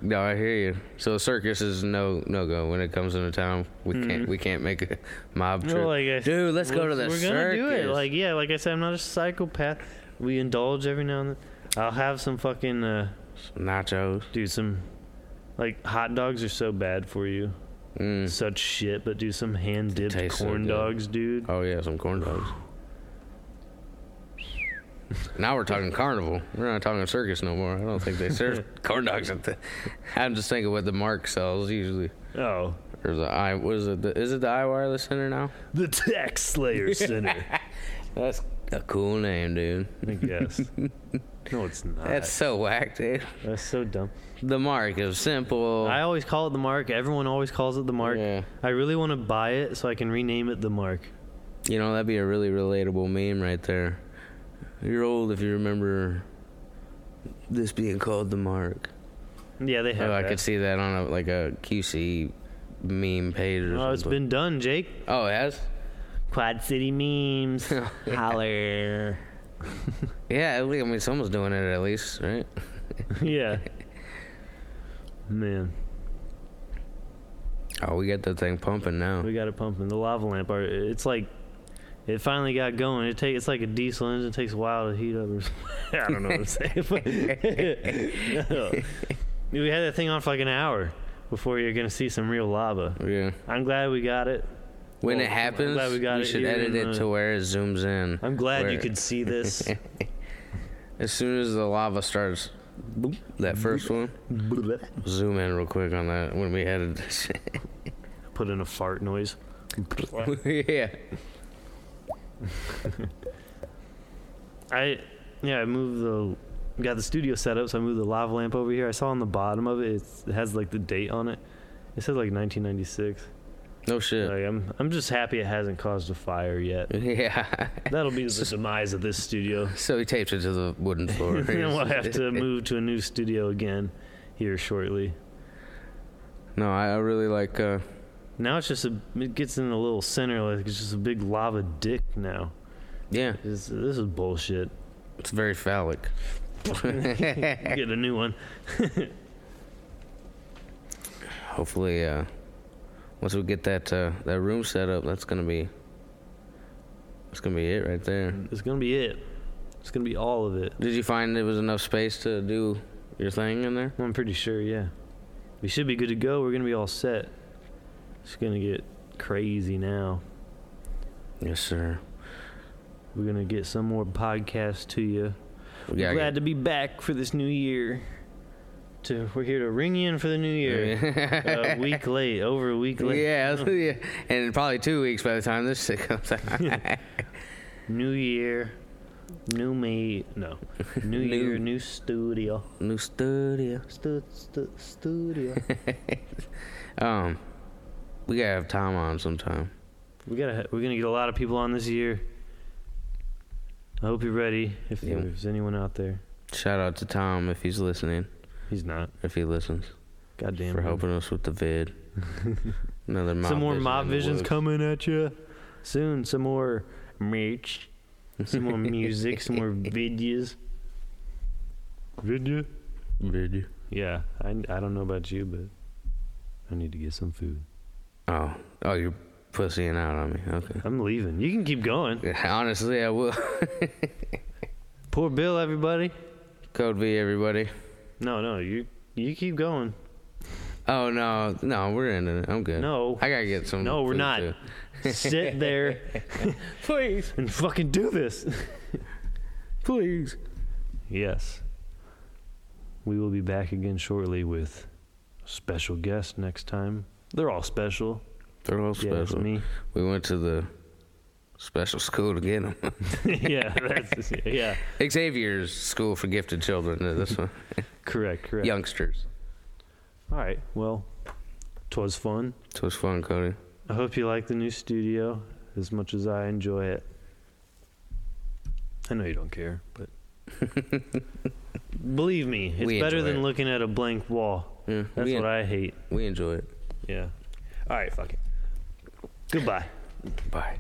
No, I hear you. So a circus is no no go when it comes into town. We can't we can't make a mob trip.
No, like Hmm. I,
Dude, let's go to the
We're
circus.
gonna do it. Like yeah, like I said, I'm not a psychopath. We indulge every now and then. I'll have some fucking uh,
nachos.
do some like hot dogs are so bad for you.
Mm.
Such shit, but do some hand dipped
tastes so
corn
good.
dogs, dude.
Oh yeah, some corn dogs. Now we're talking carnival. We're not talking circus no more. I don't think they serve corn dogs at the. I'm just thinking what the Mark sells usually.
Oh,
Or the I was it the is it the I Wireless Center now?
the Tax Slayer Center.
That's a cool name, dude.
I guess. No, it's not.
That's
That's,
so whack, dude.
so dumb.
The Mark is simple.
I always call it the mark. Everyone always calls it the mark.
Oh. Yeah.
I really want to buy it so I can rename it the mark.
You know, that'd be a really relatable meme right there. You're old if you remember this being called the mark.
Yeah, they have.
Oh, I
that.
could see that on a like a QC meme page or
Oh, it's
something.
been done, Jake.
Oh, it has?
Quad City memes. Holler.
Yeah, at least- I mean someone's doing it at least, right?
yeah. Man,
Oh, we got that thing pumping now.
we got it pumping. The lava lamp. Are, it's like it finally got going. It take it's like a diesel engine. It takes a while to heat up. Or something. I don't know what I'm saying. but- No. We had that thing on for like an hour before you're gonna see some real lava.
Yeah.
I'm glad we got it.
When
Well,
it
I'm
happens,
glad we
we,
got it
should
here
edit
in
it
the-
to where it zooms in.
I'm glad you
Where-
could see this.
As soon as the lava starts, boop, that first one, zoom in real quick on that when we edit this shit.
Put in a fart noise.
yeah.
I yeah, I moved the got the studio set up, so I moved the lava lamp over here. I saw on the bottom of it, it's, it has like the date on it. It says like 1996.
No shit.
Like I'm I'm just happy it hasn't caused a fire yet.
Yeah.
That'll be the demise of this studio.
So he taped it to the wooden floor.
then we'll have to move to a new studio again here shortly.
No, I, I really like. Uh,
Now it's just a it gets in a little center like it's just a big lava dick now.
yeah,
This, this is bullshit.
it's very phallic.
Get a new one.
Hopefully, uh, once we get that uh, that room set up, that's gonna be. That's gonna be it right there.
It's gonna be it. It's gonna be all of it.
Did you find there was enough space to do your thing in there?
I'm pretty sure, yeah. We should be good to go. We're gonna be all set. It's gonna get crazy now.
Yes, sir.
We're gonna get some more podcasts to you.
We gotta
Glad to be back for this new year. To we're here to Uh, ring you in for the new year. a week late, over a week late.
Yeah, yeah, and probably two weeks by the time this shit comes out.
New year, new me. No, new,
New-
year, new studio,
New studio.
stu- stu- studio.
Um, we gotta have Tom on sometime.
we gotta. ha- We're gonna get a lot of people on this year. I hope you're ready. If
Yeah.
there's anyone out there,
Shout out to Tom if he's listening,
he's not.
if he listens,
God damn
for
it.
helping us with the vid. Another mob
Some more
vision
mob
in the
visions
woods.
coming at you soon. Some more merch, some more music, some more videos. Video?
Vid.
Yeah, I, I don't know about you, but I need to get some food.
Oh, oh, you're pussying out on me. Okay.
I'm leaving. You can keep going.
Honestly, I will.
Poor Bill, everybody.
Code V, everybody.
No, no, you you keep going.
Oh no, no, we're ending it. I'm good.
No.
I gotta get some.
No, we're
food,
not.
too.
Sit there
Please,
and fucking do this.
please.
Yes. We will be back again shortly with a special guest next time. They're all special.
They're all
Yeah, that's
special.
me.
We went to the special school to get them.
yeah, that's yeah.
Xavier's school for gifted children. uh, This one,
Correct, correct.
youngsters.
All right. Well, 'twas fun.
So it's fun, Cody.
I hope you like the new studio as much as I enjoy it. I know you don't care, but believe me, it's
We
better
enjoy
than
it.
looking at a blank wall.
Yeah,
That's
we,
what I hate.
we enjoy it.
Yeah. All right, fuck it. Goodbye.
Bye.